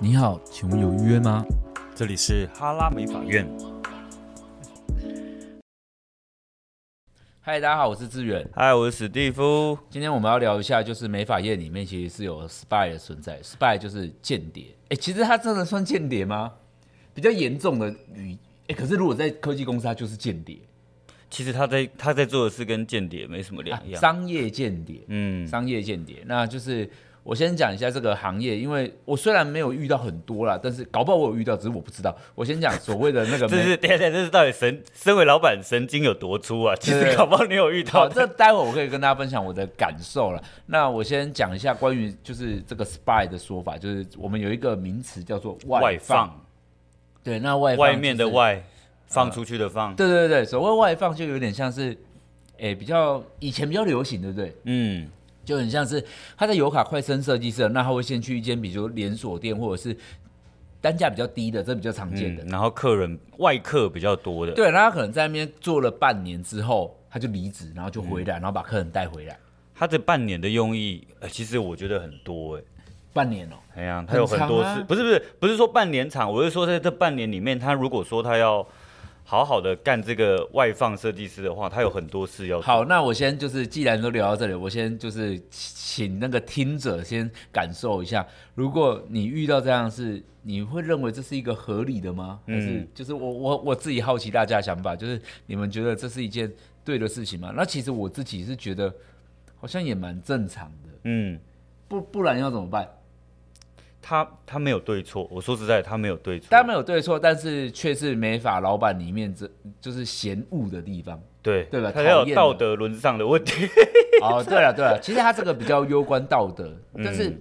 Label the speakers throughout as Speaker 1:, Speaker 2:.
Speaker 1: 你好，请问有约吗？
Speaker 2: 这里是哈拉美法院。
Speaker 1: 嗨，大家好，我是志远。
Speaker 2: 嗨，我是史蒂夫。
Speaker 1: 今天我们要聊一下，就是美法院里面其实是有 spy 的存在，spy 就是间谍。哎、其实他真的算间谍吗？比较严重的语，哎、可是如果在科技公司，他就是间谍，
Speaker 2: 其实他在他在做的事跟间谍没什么两样。
Speaker 1: 啊商业间谍。
Speaker 2: 嗯，
Speaker 1: 商业间谍，那就是我先讲一下这个行业，因为我虽然没有遇到很多啦，但是搞不好我有遇到，只是我不知道。我先讲所谓的 那个
Speaker 2: 这
Speaker 1: 美
Speaker 2: 是等一下，等一下这是到底神身为老板神经有多粗啊？其
Speaker 1: 对
Speaker 2: 实搞不好你有遇
Speaker 1: 呃好，
Speaker 2: 到
Speaker 1: 这待会我可以跟大家分享我的感受了。那我先讲一下关于就是这个 spy 的说法，就是我们有一个名词叫做外
Speaker 2: 外放，
Speaker 1: 对，那外放、呃
Speaker 2: 外面的，外，放出去的放。
Speaker 1: 对对对，所谓外放就有点像是，诶、比较以前比较流行，对不对？
Speaker 2: 嗯，
Speaker 1: 就很像是他在油卡快升设计社，那他会先去一间比如连锁店或者是单价比较低的，这比较常见的。
Speaker 2: 嗯然后客人外客比较多的，
Speaker 1: 对，那他可能在那边做了半年之后，他就离职，然后就回来，然后把客人带回来。
Speaker 2: 他这半年的用意，呃，其实我觉得很多哎、
Speaker 1: 半年哦、
Speaker 2: 哎呀，他有很多
Speaker 1: 很长
Speaker 2: 事，
Speaker 1: 啊
Speaker 2: 不是不是不是说半年厂，我是说在这半年里面，他如果说他要好好的干这个外放设计师的话，他有很多事要做。
Speaker 1: 好，那我先就是，既然都聊到这里，我先就是请那个听者先感受一下，如果你遇到这样的事，你会认为这是一个合理的吗？还是
Speaker 2: 嗯
Speaker 1: 就是我我我自己好奇大家的想法，就是你们觉得这是一件对的事情吗？那其实我自己是觉得好像也蛮正常的，
Speaker 2: 嗯，
Speaker 1: 不不然要怎么办？
Speaker 2: 他他没有对错，我说实在，他没有对错。
Speaker 1: 当然没有对错，但是却是美法老板里面这就是嫌恶的地方。
Speaker 2: 对
Speaker 1: 对吧
Speaker 2: 他要
Speaker 1: 讨厌
Speaker 2: 有
Speaker 1: 啊
Speaker 2: 道德沦丧的问 题。
Speaker 1: 哦，对了对了，其实他这个比较攸关道德，但是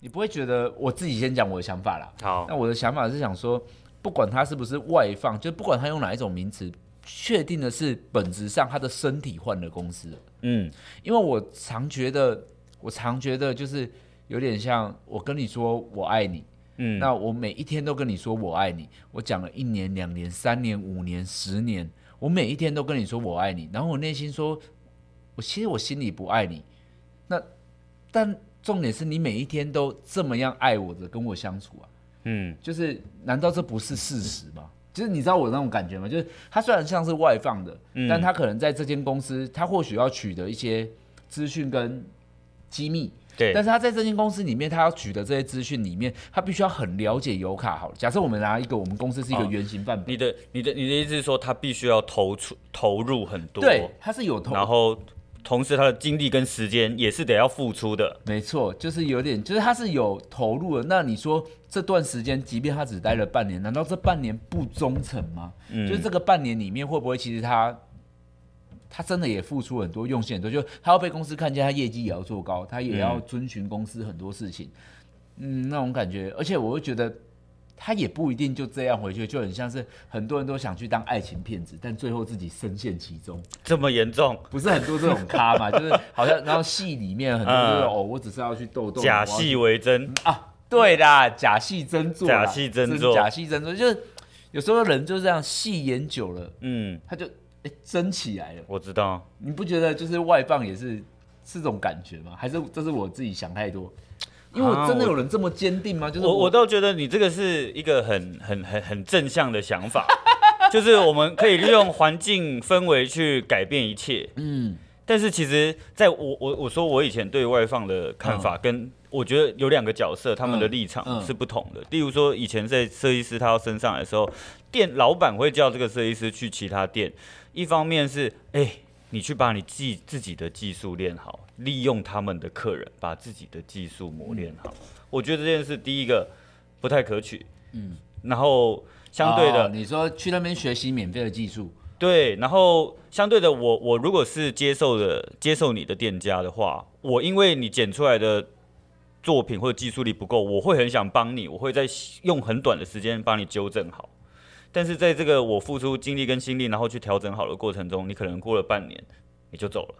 Speaker 1: 你不会觉得我自己先讲我的想法啦。
Speaker 2: 好
Speaker 1: 那，我的想法是想说，不管他是不是外放，就不管他用哪一种名词，确定的是本质上他的身体换了公司了
Speaker 2: 嗯，
Speaker 1: 因为我常觉得，我常觉得就是有点像我跟你说我爱你，
Speaker 2: 嗯
Speaker 1: 那我每一天都跟你说我爱你，我讲了一年、两年、三年、五年、十年，我每一天都跟你说我爱你，然后我内心说，我其实我心里不爱你，那但重点是你每一天都这么样爱我的跟我相处啊，
Speaker 2: 嗯，
Speaker 1: 就是难道这不是事实吗？就是你知道我那种感觉吗？就是他虽然像是外放的，但他可能在这间公司，他或许要取得一些资讯跟机密，
Speaker 2: 对
Speaker 1: 但，是他在这间公司里面，他要取得这些资讯里面，他必须要很了解油卡。好了，假设我们拿一个我们公司是一个
Speaker 2: 哦
Speaker 1: 原型范本，
Speaker 2: 你的你的你的意思是说，他必须要投出投入很多，
Speaker 1: 对，他是有投，
Speaker 2: 然后同时他的精力跟时间也是得要付出的。
Speaker 1: 没错，就是有点，就是他是有投入的。那你说这段时间，即便他只待了半年，难道这半年不忠诚吗？就是这个半年里面，会不会其实他他真的也付出很多，用心很多，就他要被公司看见，他业绩也要做高，他也要遵循公司很多事情，嗯那种感觉。而且我会觉得。他也不一定就这样回去，就很像是很多人都想去当爱情骗子，但最后自己深陷其中。
Speaker 2: 这么严重，
Speaker 1: 不是很多这种咖 嘛，就是好像然后戏里面很多就是、哦，我只是要去逗逗
Speaker 2: 嗯假
Speaker 1: 我要去
Speaker 2: 戏为真，
Speaker 1: 啊，对啦，假戏真做啦，
Speaker 2: 假戏真做
Speaker 1: 假戏真做，就是有时候人就是这样，戏演久了，
Speaker 2: 嗯，
Speaker 1: 他就哎真起来了。
Speaker 2: 我知道。
Speaker 1: 你不觉得就是外放也是是这种感觉吗？还是这是我自己想太多？因为我
Speaker 2: 啊
Speaker 1: 真的
Speaker 2: 我
Speaker 1: 有人这么坚定吗？就是
Speaker 2: 啊我我
Speaker 1: 的
Speaker 2: 倒觉得你这个是一个很很很很正向的想法， 就是我们可以利用环境氛围去改变一切。
Speaker 1: 嗯，
Speaker 2: 但是其实，在我我我说我以前对外放的看法，跟我觉得有两个角色他们的立
Speaker 1: 嗯
Speaker 2: 场
Speaker 1: 嗯
Speaker 2: 是不同的。例如说，以前在设计师他要升上来的时候，店老板会叫这个设计师去其他店，一方面是哎、你去把你技自己的技术练好，利用他们的客人把自己的技术磨练好。
Speaker 1: 嗯
Speaker 2: 我觉得这件事第一个不太可取，嗯，然后相对的、
Speaker 1: 哦你说去那边学习免费的技术，
Speaker 2: 对，然后相对的我，我如果是接受的接受你的店家的话，我因为你剪出来的作品或者技术力不够，我会很想帮你，我会在用很短的时间帮你纠正好。但是在这个我付出精力跟心力，然后去调整好的过程中，你可能过了半年你就走了。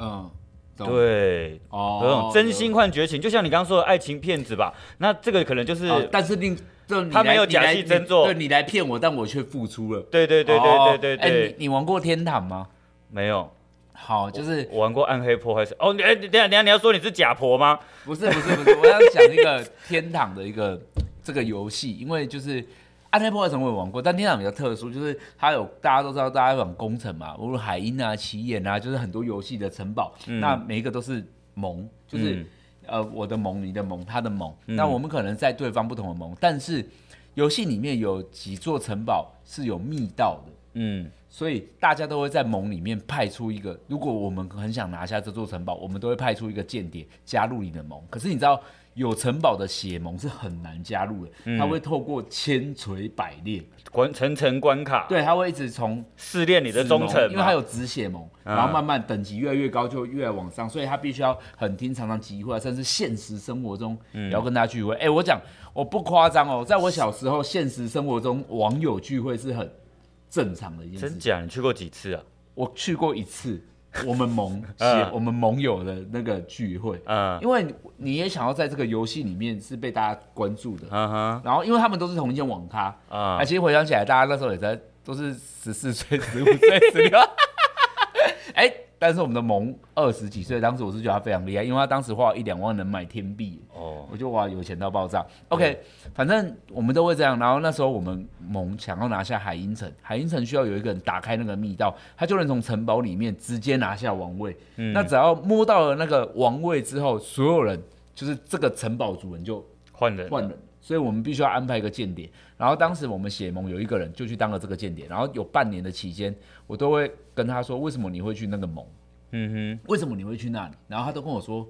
Speaker 1: 嗯，懂
Speaker 2: 对，
Speaker 1: 哦，
Speaker 2: 有种真心换绝情，就像你刚刚说的爱情骗子吧，那这个可能就是。
Speaker 1: 哦但是另这你
Speaker 2: 他
Speaker 1: 来
Speaker 2: 没有
Speaker 1: 你
Speaker 2: 假
Speaker 1: 来
Speaker 2: 戏
Speaker 1: 你
Speaker 2: 真做
Speaker 1: 对你来骗我，但我却付出了。
Speaker 2: 对对对对对对
Speaker 1: 哦哎
Speaker 2: 对，
Speaker 1: 你你玩过天堂吗？
Speaker 2: 没有，
Speaker 1: 好，就是
Speaker 2: 我玩过暗黑破坏神。哦，你哎，等一下等一下，你要说你是假婆吗？
Speaker 1: 不是不是不是，我要讲一个天堂的一个 这个游戏，因为就是暗黑破坏神我也玩过，但天堂比较特殊，就是它有大家都知道大家玩工程嘛，无论海鹰啊、奇岩啊，就是很多游戏的城堡，那每一个都是盟，就是、
Speaker 2: 嗯
Speaker 1: 呃我的盟、你的盟、他的盟，那我们可能在对方不同的盟，但是游戏里面有几座城堡是有密道的。
Speaker 2: 嗯，
Speaker 1: 所以大家都会在盟里面派出一个，如果我们很想拿下这座城堡，我们都会派出一个间谍加入你的盟。可是你知道，有城堡的血盟是很难加入的，
Speaker 2: 嗯
Speaker 1: 它会透过千锤百炼，
Speaker 2: 关层层关卡，
Speaker 1: 对，它会一直从
Speaker 2: 试啊炼你的忠
Speaker 1: 子盟
Speaker 2: 诚啊
Speaker 1: 因为它
Speaker 2: 嘛，
Speaker 1: 有止血盟，然后慢慢等级越来越高，就越来往上，所以它必须要很听常常集会，啊甚至现实生活中
Speaker 2: 嗯
Speaker 1: 也要跟大家聚会。哎、我讲我不夸张哦，在我小时候，现实生活中网友聚会是很正常的一件事
Speaker 2: 真
Speaker 1: 情。
Speaker 2: 假？你去过几次啊？
Speaker 1: 我去过一次， 我们盟
Speaker 2: 嗯
Speaker 1: 我们盟友的那个聚会，
Speaker 2: 嗯
Speaker 1: 因为你也想要在这个游戏里面是被大家关注的，
Speaker 2: 嗯哼
Speaker 1: 然后因为他们都是同一间网咖，
Speaker 2: 啊
Speaker 1: 啊，，其实回想起来，大家那时候也在都是十四岁、十五岁、十六， 哎，但是我们的盟二十几岁，当时我是觉得他非常厉害，因为他当时花了一两万能买天币，
Speaker 2: 哦，
Speaker 1: 我就哇有钱到爆炸。OK，反正我们都会这样。然后那时候我们盟想要拿下海鹰城，海鹰城需要有一个人打开那个密道，他就能从城堡里面直接拿下王位。那只要摸到了那个王位之后，所有人就是这个城堡主人就
Speaker 2: 换人，
Speaker 1: 换人。所以我们必须要安排一个间谍，然后当时我们血盟有一个人就去当了这个间谍，然后有半年的期间，我都会跟他说为什么你会去那个盟，
Speaker 2: 嗯哼，
Speaker 1: 为什么你会去那里，然后他都跟我说，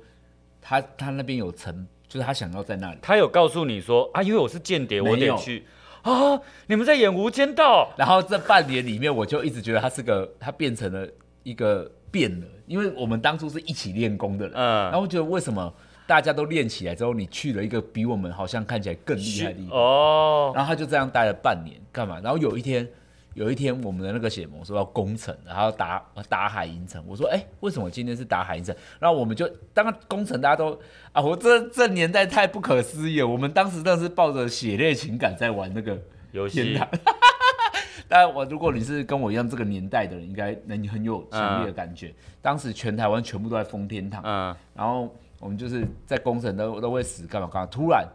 Speaker 1: 他他那边有城，就是他想要在那里。
Speaker 2: 他有告诉你说啊，因为我是间谍，我
Speaker 1: 没有
Speaker 2: 得去啊，你们在演《无间道
Speaker 1: 然后这半年里面，我就一直觉得他是个，他变成了一个变了，因为我们当初是一起练功的人，》，然
Speaker 2: 嗯，
Speaker 1: 后我觉得为什么大家都练起来之后，你去了一个比我们好像看起来更厉害的地方，
Speaker 2: 哦，
Speaker 1: 然后他就这样待了半年，干嘛？然后有一天，有一天我们的那个血盟说要攻城，然后要打打海银城，我说哎、为什么今天是打海银城？然后我们就当然攻城，大家都啊，我这这年代太不可思议了，我们当时真的是抱着血泪情感在玩那个。
Speaker 2: 游戏
Speaker 1: 天 堂。但我如果你是跟我一样这个年代的人，应该能很有强烈的感觉。当时全台湾全部都在封天堂，
Speaker 2: 嗯，
Speaker 1: 然后我们就是在工程都都会死干嘛干嘛。突然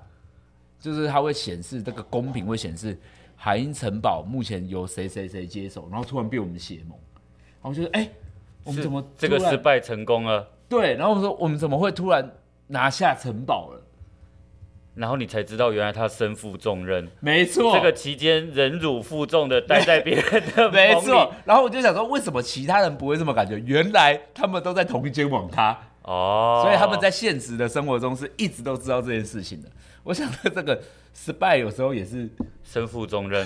Speaker 1: 就是它会显示这个公屏会显示海鹰城堡目前由谁谁谁接手，然后突然被我们血盟，然后我就说哎、我们
Speaker 2: 是
Speaker 1: 怎么
Speaker 2: 这个
Speaker 1: 突然
Speaker 2: 失败成功了？
Speaker 1: 对？然后我说我们怎么会突然拿下城堡了？
Speaker 2: 然后你才知道，原来他身负重任。
Speaker 1: 没错，
Speaker 2: 这个期间忍辱负重的待在别人的
Speaker 1: 哦没
Speaker 2: 棚里
Speaker 1: 错，然后我就想说，为什么其他人不会这么感觉？原来他们都在同一间网咖，
Speaker 2: 哦，
Speaker 1: 所以他们在现实的生活中是一直都知道这件事情的。我想说这个失败有时候也是，
Speaker 2: 身负重任，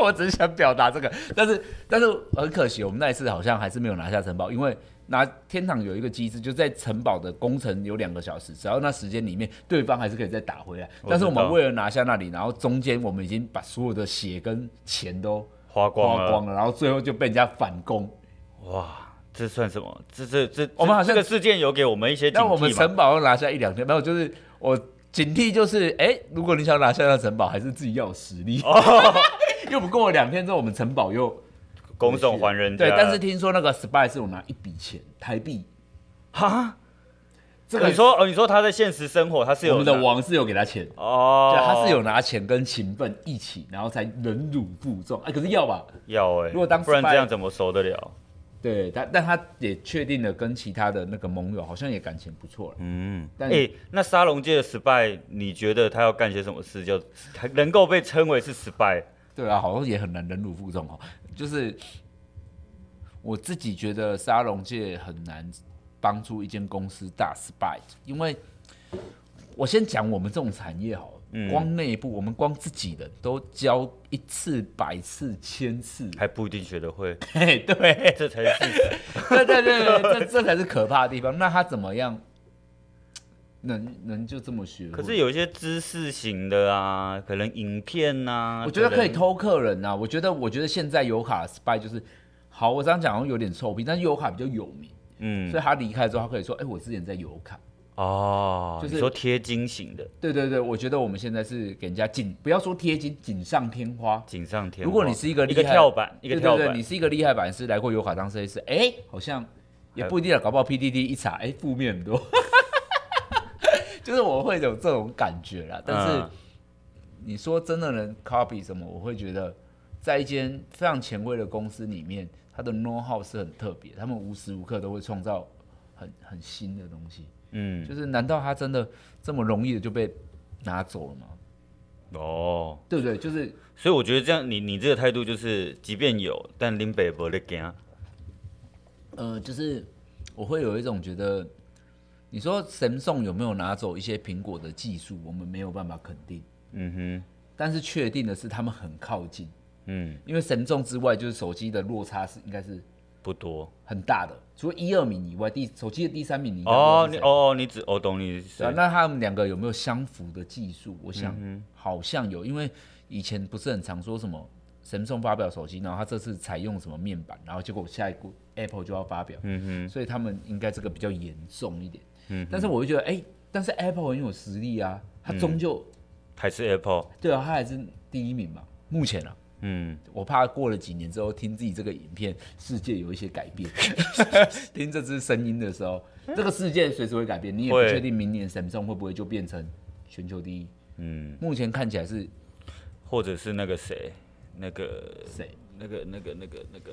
Speaker 1: 我只是想表达这个，但是但是很可惜，我们那一次好像还是没有拿下城堡，因为拿天堂有一个机制，就在城堡的工程有两个小时，只要那时间里面对方还是可以再打回来。但是我们为了拿下那里，然后中间我们已经把所有的血跟钱都
Speaker 2: 花光
Speaker 1: 花
Speaker 2: 了，
Speaker 1: 光了，然后最后就被人家反攻。
Speaker 2: 哇，这算什么？这这这，
Speaker 1: 我们好像
Speaker 2: 这个事件有给我们一些警
Speaker 1: 那我
Speaker 2: 惕
Speaker 1: 们
Speaker 2: 嘛？
Speaker 1: 城堡要拿下一两天，没有，就是我警惕就是，哎、如果你想拿下那城堡，还是自己要有实力。
Speaker 2: 哦
Speaker 1: 又不过了两天之后，我们城堡又
Speaker 2: 拱手还人家。
Speaker 1: 对，但是听说那个 spy 是有拿一笔钱台币，
Speaker 2: 哈，
Speaker 1: 这个
Speaker 2: 你说哦，你说他在现实生活他是有
Speaker 1: 我们的
Speaker 2: 拿
Speaker 1: 王是有给他钱，
Speaker 2: 哦，
Speaker 1: 对，他是有拿钱跟勤奋一起，然后才忍辱负重。哎、可是要吧，
Speaker 2: 要哎、
Speaker 1: 如果当嗯
Speaker 2: 不然
Speaker 1: spy-
Speaker 2: 这样怎么熟得了？
Speaker 1: 对，但但他也确定了跟其他的那个盟友好像也感情不错了，
Speaker 2: 嗯，哎、
Speaker 1: 但
Speaker 2: 那沙龙界的失败，你觉得他要干些什么事，就他能够被称为是失败？
Speaker 1: 对啊，好像也很难忍辱负重哦。就是我自己觉得沙龙界很难帮助一间公司大 spy，因为我先讲我们这种产业好了，
Speaker 2: 嗯
Speaker 1: 光内部我们光自己人都教一次、百次、千次，
Speaker 2: 还不一定学得会，
Speaker 1: 嘿，对，
Speaker 2: 这才是
Speaker 1: 对对对对，这这才是可怕的地方。那他怎么样能能就这么学会？
Speaker 2: 可是有一些知识型的啊，可能影片呐、啊，
Speaker 1: 我觉得可以
Speaker 2: 能
Speaker 1: 偷客人呐、我觉得，我觉得现在油卡 spy 就是好，我这样讲好像有点臭屁，但是油卡比较有名，所
Speaker 2: 嗯
Speaker 1: 以他离开之后，他可以说，哎、我之前在油卡。
Speaker 2: 哦，
Speaker 1: 就是
Speaker 2: 你说贴金型的
Speaker 1: 对对对，我觉得我们现在是给人家锦，不要说贴金，锦上添花。
Speaker 2: 锦上添花。
Speaker 1: 如果你是一个厉
Speaker 2: 一个
Speaker 1: 害
Speaker 2: 跳板，一个跳
Speaker 1: 对对
Speaker 2: 板
Speaker 1: 对，你，是一个厉害版师，来过油卡当设计师，哎、好像也不一定啊，搞不好 PDD 一查，哎、负面很 多。就是我会有这种感觉啦，但是
Speaker 2: 嗯
Speaker 1: 你说真的能 copy 什么？我会觉得，在一间非常前卫的公司里面，它的 know how 是很特别，他们无时无刻都会创造很很新的东西。
Speaker 2: 嗯，
Speaker 1: 就是难道它真的这么容易的就被拿走了吗？
Speaker 2: 哦，
Speaker 1: 对不对？就是
Speaker 2: 所以我觉得这样，你你这个态度就是，即便有，但林北不得惊。
Speaker 1: 呃，就是我会有一种觉得，你说神送有没有拿走一些苹果的技术，我们没有办法肯定，
Speaker 2: 嗯
Speaker 1: 但是确定的是他们很靠近，
Speaker 2: 哼，嗯，
Speaker 1: 因为神送之外，就是手机的落差是应该是
Speaker 2: 不多。
Speaker 1: 很大的，除了一二名以外，第手机的第三名你应该不知道
Speaker 2: 哦，
Speaker 1: 是
Speaker 2: 你
Speaker 1: 谁
Speaker 2: 哦哦，你只哦懂你是
Speaker 1: 对啊，那他们两个有没有相符的技术？我想
Speaker 2: 嗯
Speaker 1: 好像有，因为以前不是很常说什么神送发表手机，然后他这次采用什么面板，然后结果下一步 Apple 就要发表，
Speaker 2: 嗯
Speaker 1: 所以他们应该这个比较严重一点。但是我就觉得，哎、但是 Apple 很有实力啊，它
Speaker 2: 嗯
Speaker 1: 终究、
Speaker 2: 哼，还是 Apple，
Speaker 1: 对啊，它还是第一名嘛，目前啊。
Speaker 2: 嗯，
Speaker 1: 我怕过了几年之后听自己这个影片，世界有一些改 变。听这支声音的时候，这个世界随时会改变，你也不
Speaker 2: 会
Speaker 1: 确定明年 Samsung 会不会就变成全球第一。
Speaker 2: 嗯，
Speaker 1: 目前看起来是
Speaker 2: 或者是那个谁，那个
Speaker 1: 谁？
Speaker 2: 那个那个那个那个，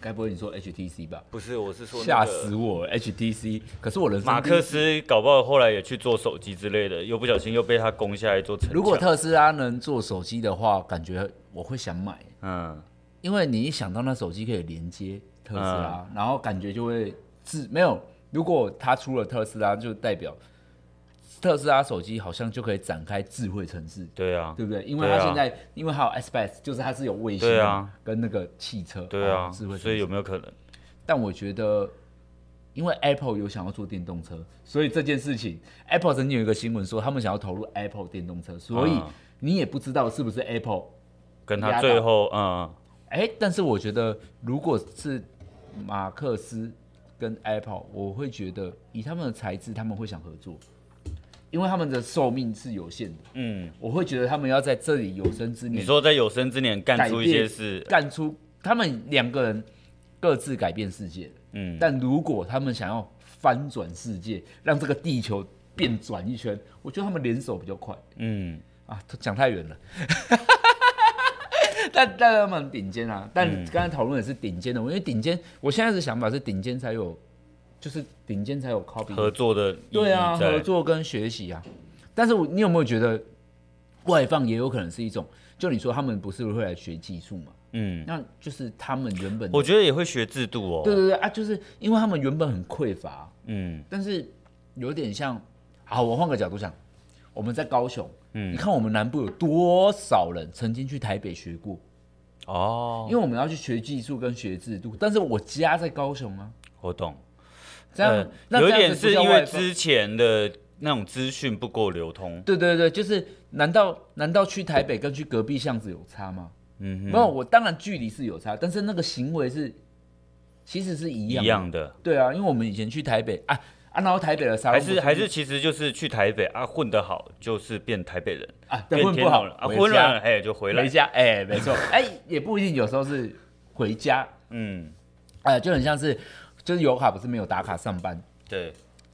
Speaker 1: 该不会你说 HTC 吧？
Speaker 2: 不是，我是说
Speaker 1: 吓
Speaker 2: 那
Speaker 1: 死
Speaker 2: 个
Speaker 1: 我了！HTC，可是我人生
Speaker 2: 马
Speaker 1: 第一
Speaker 2: 克思，搞不好后来也去做手机之类的，又不小心又被他攻下来做城墙。
Speaker 1: 如果特斯拉能做手机的话，感觉我会想买，
Speaker 2: 嗯，
Speaker 1: 因为你一想到那手机可以连接特斯拉，
Speaker 2: 嗯
Speaker 1: 然后感觉就会自没有。如果它出了特斯拉，就代表特斯拉手机好像就可以展开智慧城市，
Speaker 2: 对啊，
Speaker 1: 对不对？因为
Speaker 2: 对啊
Speaker 1: 它现在、因为还有 S p a c e 就是它是有卫星
Speaker 2: 对
Speaker 1: 的、
Speaker 2: 啊
Speaker 1: 跟那个汽车，
Speaker 2: 对
Speaker 1: 哦
Speaker 2: 啊，
Speaker 1: 智慧城市
Speaker 2: 所以有没有可能？
Speaker 1: 但我觉得，因为 Apple 有想要做电动车，所以这件事情，Apple 曾经有一个新闻说他们想要投入 Apple 电动车，所以
Speaker 2: 嗯
Speaker 1: 你也不知道是不是 Apple。
Speaker 2: 跟
Speaker 1: 压
Speaker 2: 他
Speaker 1: 倒
Speaker 2: 最后，嗯，
Speaker 1: 哎、但是我觉得如果是马克思跟 Apple，我会觉得以他们的才智，他们会想合作，因为他们的寿命是有限的。
Speaker 2: 嗯，
Speaker 1: 我会觉得他们要在这里有生之
Speaker 2: 你
Speaker 1: 年
Speaker 2: 说在有生之年干
Speaker 1: 改
Speaker 2: 出
Speaker 1: 变
Speaker 2: 一些事，
Speaker 1: 干出他们两个人各自改变世界。
Speaker 2: 嗯，
Speaker 1: 但如果他们想要翻转世界，让这个地球变转一圈，我觉得他们联手比较快
Speaker 2: 嗯，
Speaker 1: 啊。讲太远了， 但但他们顶尖啊。但
Speaker 2: 嗯
Speaker 1: 刚才讨论的是顶尖的，因为顶尖，我现在的想法是顶尖才有，就是顶尖才有 copy
Speaker 2: 嗯合作的意义
Speaker 1: 对啊，
Speaker 2: 在
Speaker 1: 合，作跟学习啊。但是我你有没有觉得外放也有可能是一种？就你说他们不是会来学技术嘛？
Speaker 2: 嗯，
Speaker 1: 那就是他们原本
Speaker 2: 我觉得也会学制度哦，
Speaker 1: 对对对啊，就是因为他们原本很匮乏、
Speaker 2: 嗯
Speaker 1: 但是有点像，好，我换个角度想，我们在高雄，
Speaker 2: 嗯
Speaker 1: 你看我们南部有多少人曾经去台北学过，
Speaker 2: 哦
Speaker 1: 因，为我们要去学技术跟学制度，但是我家在高雄啊，
Speaker 2: 我懂，
Speaker 1: 这样、
Speaker 2: 嗯
Speaker 1: 那
Speaker 2: 有
Speaker 1: 这样
Speaker 2: 一点
Speaker 1: 子
Speaker 2: 是
Speaker 1: 不叫
Speaker 2: 因为
Speaker 1: 外放
Speaker 2: 之前的那种资讯不够流通，
Speaker 1: 对对对，就是难道难道去台北跟去隔壁巷子有差吗？
Speaker 2: 嗯
Speaker 1: 没有，我当然距离是有差，但是那个行为是其实是一
Speaker 2: 一
Speaker 1: 样的，
Speaker 2: 样的，
Speaker 1: 对啊，因为我们以前去台北啊啊，然后台北的沙
Speaker 2: 还
Speaker 1: 龙不
Speaker 2: 是还是其实就是去台北啊，混得好就是变台北人，
Speaker 1: 啊，
Speaker 2: 变
Speaker 1: 对混
Speaker 2: 天
Speaker 1: 不好
Speaker 2: 龙人啊，
Speaker 1: 回
Speaker 2: 混
Speaker 1: 家
Speaker 2: 了哎就回来
Speaker 1: 回，家，哎、没错，哎、也不一定，有时候是回家，
Speaker 2: 嗯，
Speaker 1: 哎、就很像是，就是油卡不是没有打卡上班，
Speaker 2: 对，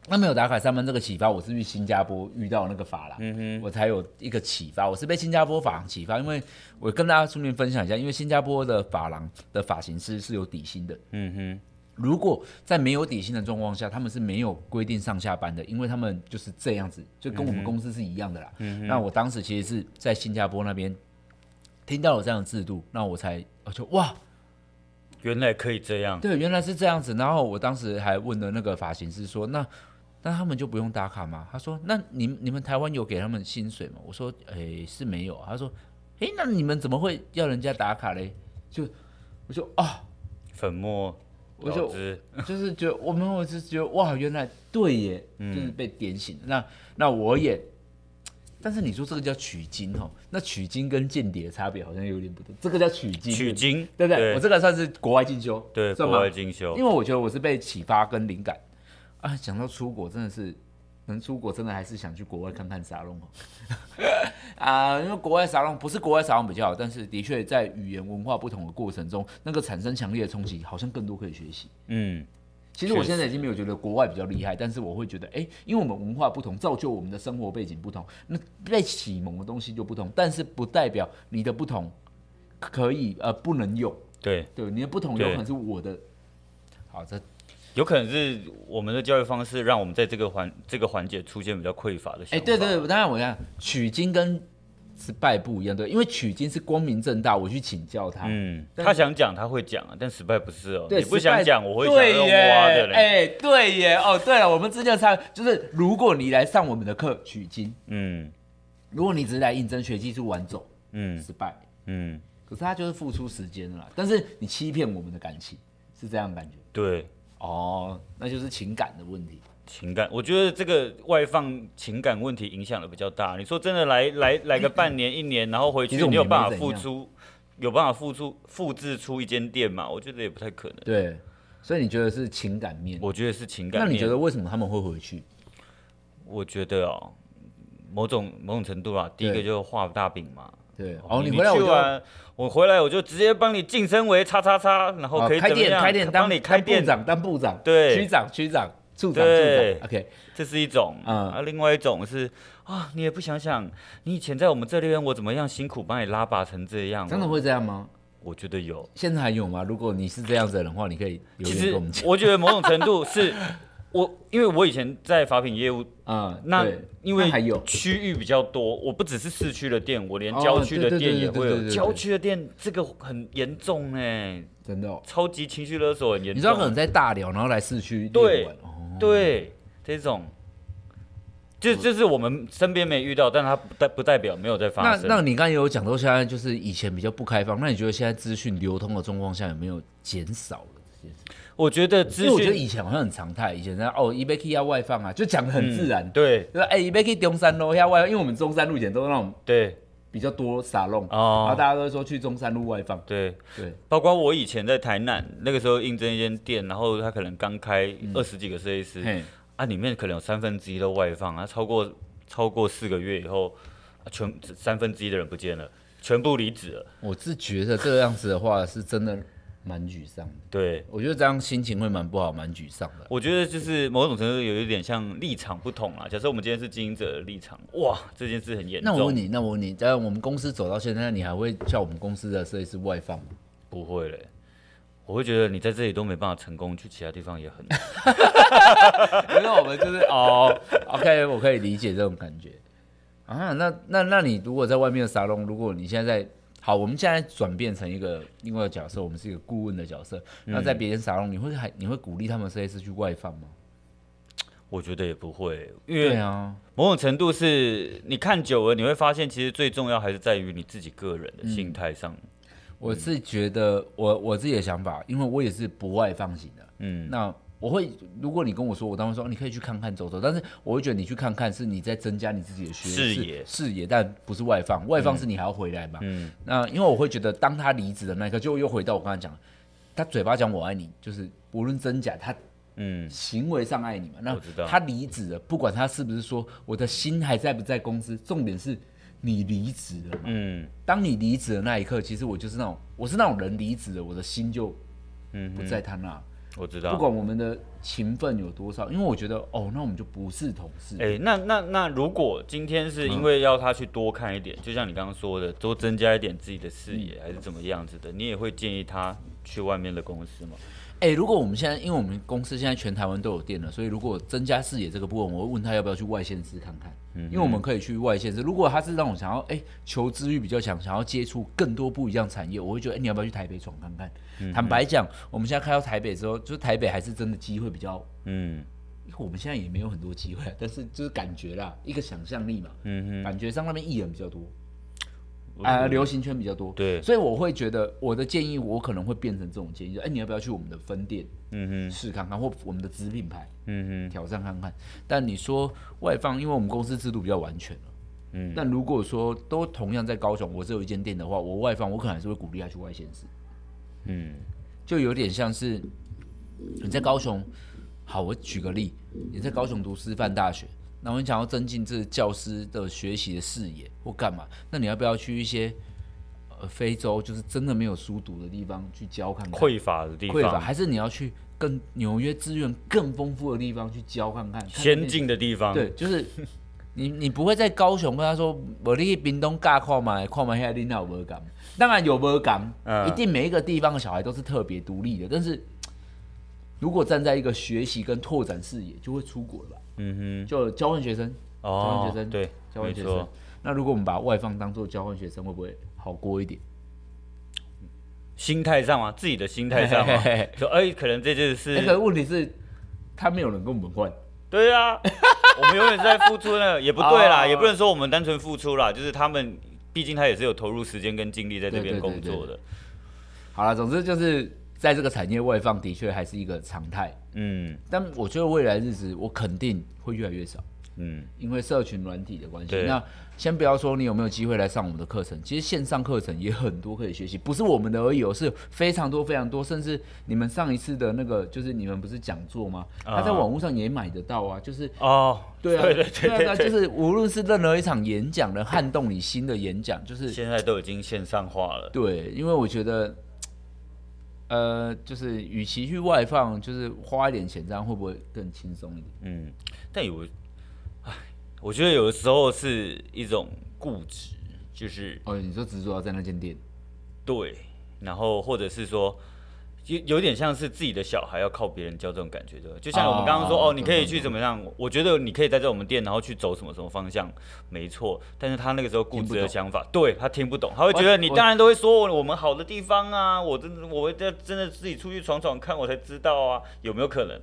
Speaker 1: 那没有打卡上班这个启发，我是去新加坡遇到那个法郎，
Speaker 2: 嗯
Speaker 1: 我才有一个启发，我是被新加坡法郎启发，因为我跟大家顺便分享一下，因为新加坡的法郎的发型师是有底薪的，
Speaker 2: 嗯
Speaker 1: 如果在没有底薪的状况下，他们是没有规定上下班的，因为他们就是这样子，就跟我们公司是一样的啦。那我当时其实是在新加坡那边听到有这样的制度，那我才我就哇，
Speaker 2: 哼，原来可以这样，
Speaker 1: 对，原来是这样子。然后我当时还问了那个发型师说，那那他们就不用打卡吗？他说，那你们你们台湾有给他们薪水吗？我说，诶，是没有啊。他说，诶，那你们怎么会要人家打卡嘞？就我就啊。
Speaker 2: 粉末，
Speaker 1: 我就
Speaker 2: 老子
Speaker 1: 就是觉得我们，我是觉得哇，原来对耶，就是被点醒。那那我也，但是你说这个叫取经哦，那取经跟间谍差别好像有点不同，这个叫取经，
Speaker 2: 取经，
Speaker 1: 对不对？我这个算是国外进修，
Speaker 2: 对
Speaker 1: 算
Speaker 2: 国
Speaker 1: 吗
Speaker 2: 外进修
Speaker 1: 因为，我觉得我是被启发跟灵感啊。讲到出国，真的是能出国，真的还是想去国外看看沙龙哦。 啊，因为国外沙龙不是国外沙龙比较好，但是的确在语言文化不同的过程中，那个产生强烈的冲击，好像更多可以学习。
Speaker 2: 嗯，
Speaker 1: 其实我现在已经没有觉得国外比较厉害，但是我会觉得，哎、因为我们文化不同，造就我们的生活背景不同，那被启蒙的东西就不同，但是不代表你的不同可以呃不能用，
Speaker 2: 对，
Speaker 1: 对，你的不同有
Speaker 2: 对
Speaker 1: 可能是我的。好，这
Speaker 2: 有可能是我们的教育方式让我们在这个环这个环节出现比较匮乏的想法。
Speaker 1: 哎、对对，对当然我讲取经跟失败不一样，对，因为取经是光明正大，我去请教他，
Speaker 2: 嗯，
Speaker 1: 但
Speaker 2: 他想讲他会讲啊，但失败不是哦。
Speaker 1: 对，
Speaker 2: 你不
Speaker 1: 失败
Speaker 2: 想讲，我会想
Speaker 1: 对
Speaker 2: 用
Speaker 1: 耶
Speaker 2: 挖的嘞。
Speaker 1: 哎、对耶，哦，对了，我们之前上就是，如果你来上我们的课取经，
Speaker 2: 嗯
Speaker 1: 如果你只是来应征学技术玩走，
Speaker 2: 嗯
Speaker 1: 失败，
Speaker 2: 嗯，
Speaker 1: 可是他就是付出时间了啦，但是你欺骗我们的感情，是这样的感觉
Speaker 2: 对，
Speaker 1: 哦，那就是情感的问题。
Speaker 2: 情感，我觉得这个外放情感问题影响的比较大。你说真的来来来个半年一年，然后回去
Speaker 1: 其实我们
Speaker 2: 你有
Speaker 1: 也没
Speaker 2: 办法
Speaker 1: 怎
Speaker 2: 付
Speaker 1: 样
Speaker 2: 出，有办法付出复制出一间店嘛？我觉得也不太可能。
Speaker 1: 对，所以你觉得是情感面？
Speaker 2: 我觉得是情感
Speaker 1: 那
Speaker 2: 面。
Speaker 1: 你觉得为什么他们会回去？
Speaker 2: 我觉得哦，某种某种程度啊，第一个就是画大饼嘛。
Speaker 1: 对，哦，你
Speaker 2: 你
Speaker 1: 回来我
Speaker 2: 去啊
Speaker 1: 就
Speaker 2: 完，我回来我就直接帮你晋升为叉叉叉，然后
Speaker 1: 哦
Speaker 2: 可以
Speaker 1: 开
Speaker 2: 怎么
Speaker 1: 店，
Speaker 2: 样？
Speaker 1: 开店当
Speaker 2: 帮你开
Speaker 1: 部
Speaker 2: 店，
Speaker 1: 长，当部长，
Speaker 2: 对
Speaker 1: 区长，区长，处长，
Speaker 2: 对
Speaker 1: 处长，OK，
Speaker 2: 这是一种。
Speaker 1: 嗯
Speaker 2: 啊，另外一种是啊，你也不想想，你以前在我们这边我怎么样辛苦把你拉拔成这样？
Speaker 1: 真的
Speaker 2: 我，
Speaker 1: 会这样吗？
Speaker 2: 我觉得有。
Speaker 1: 现在还有吗？如果你是这样子的人的话，你可以留
Speaker 2: 其
Speaker 1: 言跟
Speaker 2: 实
Speaker 1: 我们讲。
Speaker 2: 我觉得某种程度是。我因为我以前在法品业务，
Speaker 1: 嗯，
Speaker 2: 那
Speaker 1: 对
Speaker 2: 因为
Speaker 1: 那还有
Speaker 2: 区域比较多，我不只是市区的店，我连
Speaker 1: 哦
Speaker 2: 郊区
Speaker 1: 对
Speaker 2: 的
Speaker 1: 对
Speaker 2: 店
Speaker 1: 对
Speaker 2: 也
Speaker 1: 对
Speaker 2: 会
Speaker 1: 对
Speaker 2: 有。
Speaker 1: 对
Speaker 2: 郊
Speaker 1: 对
Speaker 2: 区的店这个很严重哎，
Speaker 1: 真的、哦，
Speaker 2: 超级情绪勒索很严重。
Speaker 1: 你知道可能在大寮，然后来市区
Speaker 2: 对
Speaker 1: 练完哦，
Speaker 2: 对，这种，就就是我们身边没遇到，但它不代不代表没有在发
Speaker 1: 那
Speaker 2: 生。
Speaker 1: 那你刚才有讲到现在就是以前比较不开放，那你觉得现在资讯流通的状况下有没有减少了这件事？
Speaker 2: 我觉得
Speaker 1: 因
Speaker 2: 资
Speaker 1: 为我觉得
Speaker 2: 讯
Speaker 1: 以前好像很常态，以前在哦，一杯 K 要外放啊，就讲的很自然，
Speaker 2: 对
Speaker 1: 就是哎一杯 K 中山路要外放，因为我们中山路以前都是那种
Speaker 2: 对
Speaker 1: 比较多沙龙，然后
Speaker 2: 哦
Speaker 1: 大家都会说去中山路外放，
Speaker 2: 对，
Speaker 1: 对，
Speaker 2: 包括我以前在台南那个时候应征一间店，然后他可能刚开二十几个设计师、
Speaker 1: 嗯嘿，
Speaker 2: 啊，里面可能有三分之一都外放啊，超过超过四个月以后，啊、全三分之一的人不见了，全部离职了。
Speaker 1: 我是觉得这样子的话是真的蛮沮丧的，
Speaker 2: 对，
Speaker 1: 我觉得这样心情会蛮不好，蛮沮丧的。
Speaker 2: 我觉得就是某种程度有一点像立场不同啊啦。假设我们今天是经营者的立场，哇，这件事很严
Speaker 1: 那
Speaker 2: 重。
Speaker 1: 我问你，那我问你，在我们公司走到现在，你还会叫我们公司的设计师外放吗？
Speaker 2: 不会嘞，我会觉得你在这里都没办法成功，去其他地方也很难。
Speaker 1: 因 为我们就是哦，OK，我可以理解这种感觉啊。那那那你如果在外面的沙龙，如果你现在在好，我们现在转变成一个另外的角色，我们是一个顾问的角色。那在别人沙龙，你会还你会鼓励他们设计师去外放吗？
Speaker 2: 我觉得也不会，因
Speaker 1: 对
Speaker 2: 为
Speaker 1: 啊，
Speaker 2: 某种程度是你看久了，你会发现其实最重要还是在于你自己个人的心态上。嗯
Speaker 1: 我是觉得我我自己的想法，因为我也是不外放型的。
Speaker 2: 嗯，
Speaker 1: 那我会，如果你跟我说，我当然说哦你可以去看看走走，但是我会觉得你去看看是你在增加你自己的学
Speaker 2: 视
Speaker 1: 识
Speaker 2: 野
Speaker 1: 视野，但不是外放，外放是你还要回来嘛。
Speaker 2: 嗯
Speaker 1: 那因为我会觉得，当他离职的那一刻，就又回到我刚才讲的，他嘴巴讲我爱你，就是无论真假，他
Speaker 2: 嗯，
Speaker 1: 行为上爱你嘛。那
Speaker 2: 我知道
Speaker 1: 他离职了，不管他是不是说我的心还在不在公司，重点是你离职了嘛。
Speaker 2: 嗯
Speaker 1: 当你离职的那一刻，其实我就是那种，我是那种人离职了，我的心就
Speaker 2: 嗯，
Speaker 1: 不在他那。
Speaker 2: 我知
Speaker 1: 不
Speaker 2: 道。
Speaker 1: 管我们的勤奋有多少，因为我觉得哦，那我们就不是同事。
Speaker 2: 哎、那那那，如果今天是
Speaker 1: 嗯
Speaker 2: 因为要他去多看一点，就像你刚刚说的，多增加一点自己的视
Speaker 1: 嗯
Speaker 2: 野，还是怎么样子的，你也会建议他去外面的公司吗？
Speaker 1: 哎、如果我们现在，因为我们公司现在全台湾都有店了，所以如果增加视野这个部分，我会问他要不要去外县市看看，
Speaker 2: 嗯
Speaker 1: 因为我们可以去外县市。如果他是那种想要哎、求知欲比较强，想要接触更多不一样产业，我会觉得哎、你要不要去台北闯看看？
Speaker 2: 嗯
Speaker 1: 坦白讲，我们现在开到台北之后，就是台北还是真的机会比较，
Speaker 2: 嗯
Speaker 1: 因为我们现在也没有很多机会， 但是就是感觉啦，一个想象力嘛，
Speaker 2: 嗯
Speaker 1: 感觉上那边艺人比较多，
Speaker 2: 哼，
Speaker 1: 啊、
Speaker 2: 我
Speaker 1: 流行圈比较多，
Speaker 2: 对
Speaker 1: 所以我会觉得我的建议，我可能会变成这种建议，就哎、你要不要去我们的分店
Speaker 2: 嗯哼
Speaker 1: 试看看，或我们的子品牌
Speaker 2: 嗯哼
Speaker 1: 挑战看看？但你说外放，因为我们公司制度比较完全了，
Speaker 2: 嗯
Speaker 1: 但如果说都同样在高雄，我只有一间店的话，我外放，我可能还是会鼓励他去外县市，
Speaker 2: 嗯
Speaker 1: 就有点像是你在高雄，好，我举个例，你在高雄读师范大学，那我想要增进这教师的学习的视野或干嘛，那你要不要去一些呃非洲，就是真的没有书读的地方去教看看？
Speaker 2: 匮乏的地
Speaker 1: 匮乏，
Speaker 2: 方，
Speaker 1: 还是你要去更纽约资源更丰富的地方去教看看，看
Speaker 2: 先进的地方，
Speaker 1: 对，就是你你不会在高雄跟他说，我去屏东尬看嘛，看嘛，现在领导无感。当然有无感，
Speaker 2: 嗯
Speaker 1: 一定每一个地方的小孩都是特别独立的。但是如果站在一个学习跟拓展视野，就会出国了吧？
Speaker 2: 嗯
Speaker 1: 就交换学生，
Speaker 2: 哼，
Speaker 1: 交换
Speaker 2: 哦
Speaker 1: 学，生，
Speaker 2: 对，
Speaker 1: 交
Speaker 2: 没
Speaker 1: 换学
Speaker 2: 错
Speaker 1: 生，。那如果我们把外放当做交换学生，会不会好过一点？
Speaker 2: 心态上嘛，自己的心态上嘛
Speaker 1: 嘿嘿嘿，
Speaker 2: 说哎，可能这就
Speaker 1: 那个
Speaker 2: 是，
Speaker 1: 问题是，他没有人跟我们换，
Speaker 2: 对啊，我们永远在付出呢，也不对啦，
Speaker 1: 哦
Speaker 2: 也不能说我们单纯付出啦，就是他们，毕竟他也是有投入时间跟精力在这边
Speaker 1: 对对对
Speaker 2: 工作的，
Speaker 1: 好了，总之就是在这个产业外放的确还是一个常态，
Speaker 2: 嗯
Speaker 1: 但我觉得未来日子我肯定会越来越少，
Speaker 2: 嗯，
Speaker 1: 因为社群软体的关系。
Speaker 2: 对
Speaker 1: 那先不要说你有没有机会来上我们的课程，其实线上课程也很多可以学习，不是我们的而已哦，是非常多非常多，甚至你们上一次的那个就是你们不是讲座吗？
Speaker 2: 啊
Speaker 1: 他在网络上也买得到啊，就是
Speaker 2: 哦，
Speaker 1: 对啊，
Speaker 2: 对对对
Speaker 1: 啊
Speaker 2: 对
Speaker 1: 啊
Speaker 2: 对，
Speaker 1: 就是无论是任何一场演讲的撼动你心的演讲，就是
Speaker 2: 现在都已经线上化了，
Speaker 1: 对，因为我觉得，呃，就是与其去外放，就是花一点钱，这样会不会更轻松一点？
Speaker 2: 嗯，但有，哎，我觉得有的时候是一种固执，就是
Speaker 1: 哦，你说执着要在那间店，
Speaker 2: 对，然后或者是说。有有点像是自己的小孩要靠别人教这种感觉的，就像我们刚刚说
Speaker 1: 哦
Speaker 2: 哦，你可以去
Speaker 1: 懂
Speaker 2: 怎么样？我觉得你可以待在我们店，然后去走什么什么方向，没错。但是他那个时候固
Speaker 1: 听不
Speaker 2: 执的
Speaker 1: 懂
Speaker 2: 想法，对他听不懂，他会觉得
Speaker 1: 我
Speaker 2: 你
Speaker 1: 我
Speaker 2: 当然都会说我们好的地方啊，我真的我要真的自己出去闯闯看，我才知道啊，有没有可能？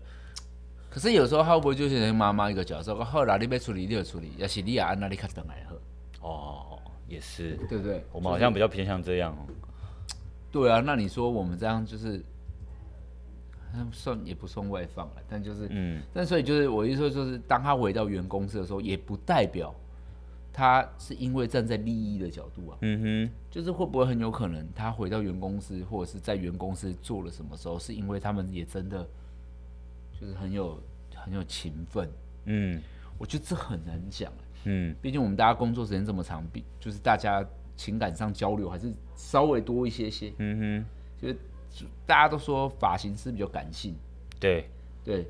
Speaker 1: 可是有时候会不会就是妈妈一个角色，后来你被处理，你就处理，要是你也按那里看等来喝，
Speaker 2: 哦，也是，
Speaker 1: 对不对？
Speaker 2: 我们
Speaker 1: 就
Speaker 2: 好
Speaker 1: 是
Speaker 2: 像比较偏向这样哦。
Speaker 1: 对啊，那你说我们这样就是，嗯算也不算外放了，但就是，
Speaker 2: 嗯，
Speaker 1: 但所以就是我意思说，就是当他回到原公司的时候，也不代表他是因为站在利益的角度啊，
Speaker 2: 嗯
Speaker 1: 就是会不会很有可能他回到原公司，或者是在原公司做了什么时候，是因为他们也真的就是很有很有勤奋？
Speaker 2: 哼，嗯
Speaker 1: 我觉得这很难讲，啊
Speaker 2: 嗯，
Speaker 1: 毕竟我们大家工作时间这么长，比就是大家情感上交流还是稍微多一些些。
Speaker 2: 嗯
Speaker 1: 就是大家都说发型师比较感性，
Speaker 2: 哼，对，
Speaker 1: 对，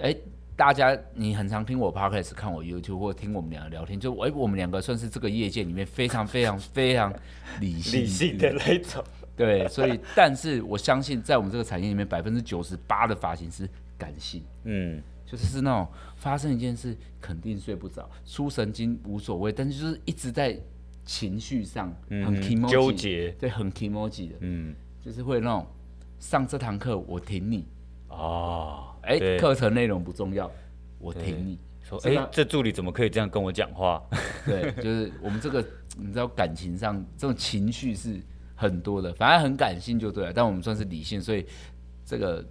Speaker 1: 哎、大家你很常听我 podcast，看我 YouTube 或听我们两个聊天，就哎、我们两个算是这个业界里面非常非常非常理性
Speaker 2: 理性的那一种。
Speaker 1: 对，所以但是我相信，在我们这个产业里面，百分之九十八的发型师感性，
Speaker 2: 嗯，
Speaker 1: 就是是那种发生一件事肯定睡不着，出神经无所谓，但是就是一直在情绪上很 e m o
Speaker 2: 嗯纠，结。
Speaker 1: 对，很 e m o 的，
Speaker 2: 嗯，
Speaker 1: 就是会那种上这堂课我挺你，
Speaker 2: 哦，
Speaker 1: 哎、
Speaker 2: 对
Speaker 1: 课程内容不重要，我挺你，
Speaker 2: 说
Speaker 1: 知
Speaker 2: 哎、
Speaker 1: 道
Speaker 2: 这助理怎么可以这样跟我讲话？
Speaker 1: 对，就是我们这个你知道感情上这种情绪是很多的，反正很感性就对了，但我们算是理性，所以这个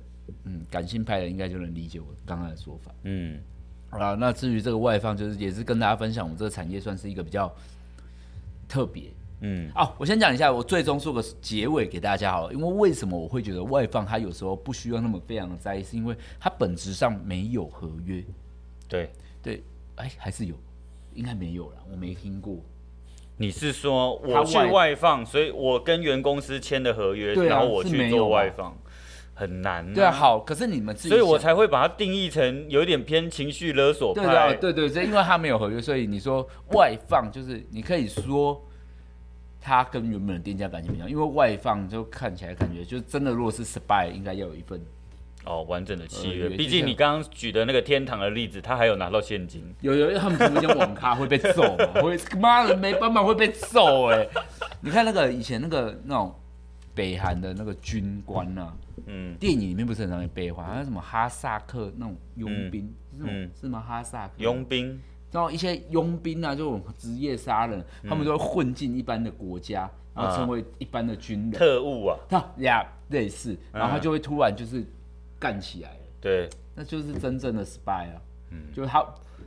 Speaker 1: 嗯感性派的应该就能理解我刚刚的说法。
Speaker 2: 嗯，
Speaker 1: 好啦，那至于这个外放，就是也是跟大家分享，我们这个产业算是一个比较特别。
Speaker 2: 嗯，
Speaker 1: 哦，我先讲一下，我最终做个结尾给大家好了，因为为什么我会觉得外放它有时候不需要那么非常的在意，是因为它本质上没有合约。
Speaker 2: 对，
Speaker 1: 对，哎，还是有，应该没有啦，我没听过。
Speaker 2: 你是说
Speaker 1: 他
Speaker 2: 我去
Speaker 1: 外
Speaker 2: 外放，所以我跟原公司签的合约，
Speaker 1: 对啊
Speaker 2: 然后我
Speaker 1: 是
Speaker 2: 去
Speaker 1: 没有
Speaker 2: 做
Speaker 1: 啊
Speaker 2: 外放，很难、
Speaker 1: 对啊，，好，可是你们自己
Speaker 2: 嗯所
Speaker 1: 想，
Speaker 2: 以我才会把它定义成有点偏情绪勒索
Speaker 1: 对啊，
Speaker 2: 派。
Speaker 1: 对对对，因为他没有合约，所以你说外放就是你可以说他跟原本的店家感情不一样，因为外放就看起来感觉就真的，如果是 spy 应该要有一份，
Speaker 2: 哦，完整的契
Speaker 1: 合约
Speaker 2: 约。毕
Speaker 1: 就
Speaker 2: 竟
Speaker 1: 像
Speaker 2: 你刚刚举的那个天堂的例子，他还有拿到现金。
Speaker 1: 有有他们直播间网咖会被揍嘛，会妈的没办法会被揍哎、你看那个以前那个那种北韩的那个军官啊，
Speaker 2: 嗯
Speaker 1: 电影里面不是很常有北韩，还有什么哈萨克那种佣兵，是吗
Speaker 2: 嗯
Speaker 1: 是吗？哈萨克
Speaker 2: 佣兵，
Speaker 1: 然后一些佣兵啊，这种职业杀人，他们都会混进一般的国家，然后成为一般的军人，
Speaker 2: 特务啊，
Speaker 1: 他呀类似，然后他就会突然就是干起来了，
Speaker 2: 对，
Speaker 1: 那就是真正的 spy 啊，就是他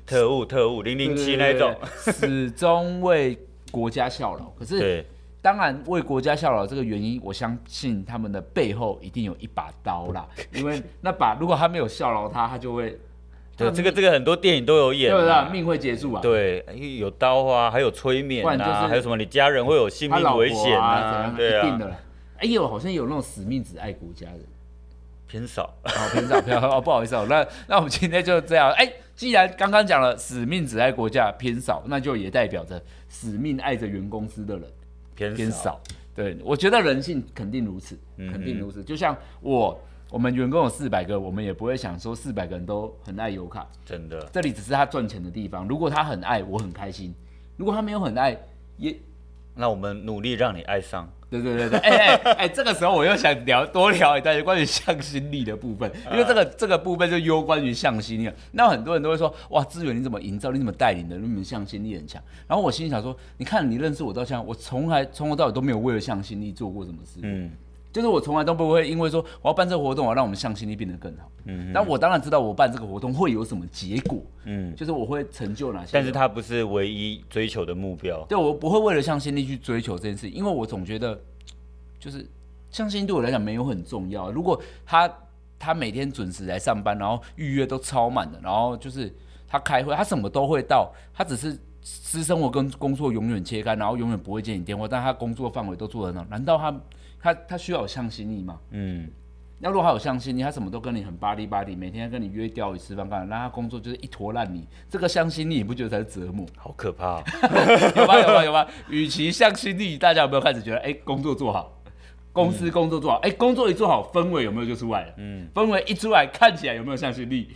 Speaker 2: 特务特务零零七那一种，
Speaker 1: 对对对始终为国家效劳。可是
Speaker 2: 对，
Speaker 1: 当然为国家效劳这个原因，我相信他们的背后一定有一把刀啦，因为那把如果他没有效劳他，他就会
Speaker 2: 对，
Speaker 1: 他
Speaker 2: 这个这个很多电影都有演
Speaker 1: 对不对？
Speaker 2: 嘛，
Speaker 1: 命会结束啊，
Speaker 2: 对，哎有刀啊，还有催眠
Speaker 1: 不然就
Speaker 2: 啊，
Speaker 1: 是
Speaker 2: 还有什么？你家人会有性
Speaker 1: 他老
Speaker 2: 命
Speaker 1: 婆
Speaker 2: 危险
Speaker 1: 啊，怎样
Speaker 2: 对
Speaker 1: 一定
Speaker 2: 啊，
Speaker 1: 的啦。哎、有好像有那种使命只爱国家的，
Speaker 2: 偏少。
Speaker 1: 好，偏少偏少哦，不好意思哦，那那我们今天就这样。哎，既然刚刚讲了使命只爱国家偏少，那就也代表着使命爱着原公司的人
Speaker 2: 偏嗯
Speaker 1: 偏少。对，我觉得人性肯定如此，肯定如此。就像我，我们员工有四百个，我们也不会想说四百个人都很爱油卡，
Speaker 2: 真的，
Speaker 1: 这里只是他赚钱的地方。如果他很爱，我很开心；如果他没有很爱，也
Speaker 2: 那我们努力让你爱上。
Speaker 1: 对对对对，哎哎哎，这个时候我又想聊多聊一段关于向心力的部分，
Speaker 2: 啊
Speaker 1: 因为这个这个部分就攸关于向心力了。那很多人都会说，哇，资源你怎么营造，你怎么带领的，你们向心力很强。然后我心里想说，你看你认识我到现在，我从来从头到尾都没有为了向心力做过什么事，
Speaker 2: 嗯，
Speaker 1: 就是我从来都不会因为说我要办这个活动，我要让我们向心力变得更好。嗯，但我当然知道我办这个活动会有什么结果，
Speaker 2: 嗯，
Speaker 1: 就是我会成就哪些，
Speaker 2: 但是它不是唯一追求的目标。
Speaker 1: 对我不会为了向心力去追求这件事，因为我总觉得就是向心力对我来讲没有很重要。如果他他每天准时来上班，然后预约都超满的，然后就是他开会，他什么都会到，他只是私生活跟工作永远切开，然后永远不会接你电话，但他工作范围都做得很好。难道他他他需要有向心力吗？
Speaker 2: 嗯，
Speaker 1: 那如果他有向心力，他什么都跟你很巴里巴里，每天跟你约钓鱼吃饭干嘛，那他工作就是一坨烂泥，这个向心力你不觉得才是折磨？
Speaker 2: 好可怕、哦。
Speaker 1: 有吧有吧有吧。与其向心力，大家有没有开始觉得，哎、工作做好，公司工作做好，哎、工作一做好，氛围有没有就出来了？嗯，氛围一出来，看起来有没有向心力？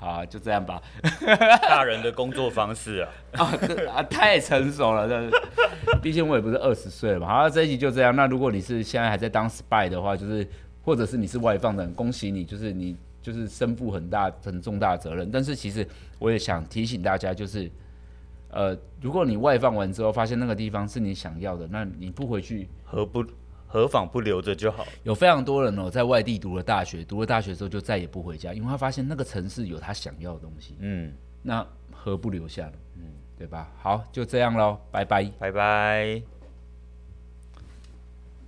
Speaker 1: 好啊、就这样吧。
Speaker 2: 大人的工作方式啊，
Speaker 1: 啊，这啊太成熟了，这毕竟我也不是二十岁了嘛。好，这一集就这样。那如果你是现在还在当 spy 的话，就是或者是你是外放的人，恭喜你，就是你就是身负很大很重大的责任。但是其实我也想提醒大家，就是呃，如果你外放完之后发现那个地方是你想要的，那你不回去，
Speaker 2: 何不何妨不留着就好。
Speaker 1: 有非常多人哦，在外地读了大学，读了大学之后就再也不回家，因为他发现那个城市有他想要的东西，
Speaker 2: 嗯，
Speaker 1: 那何不留下呢？嗯，对吧？好，就这样喽，拜拜。
Speaker 2: 拜拜。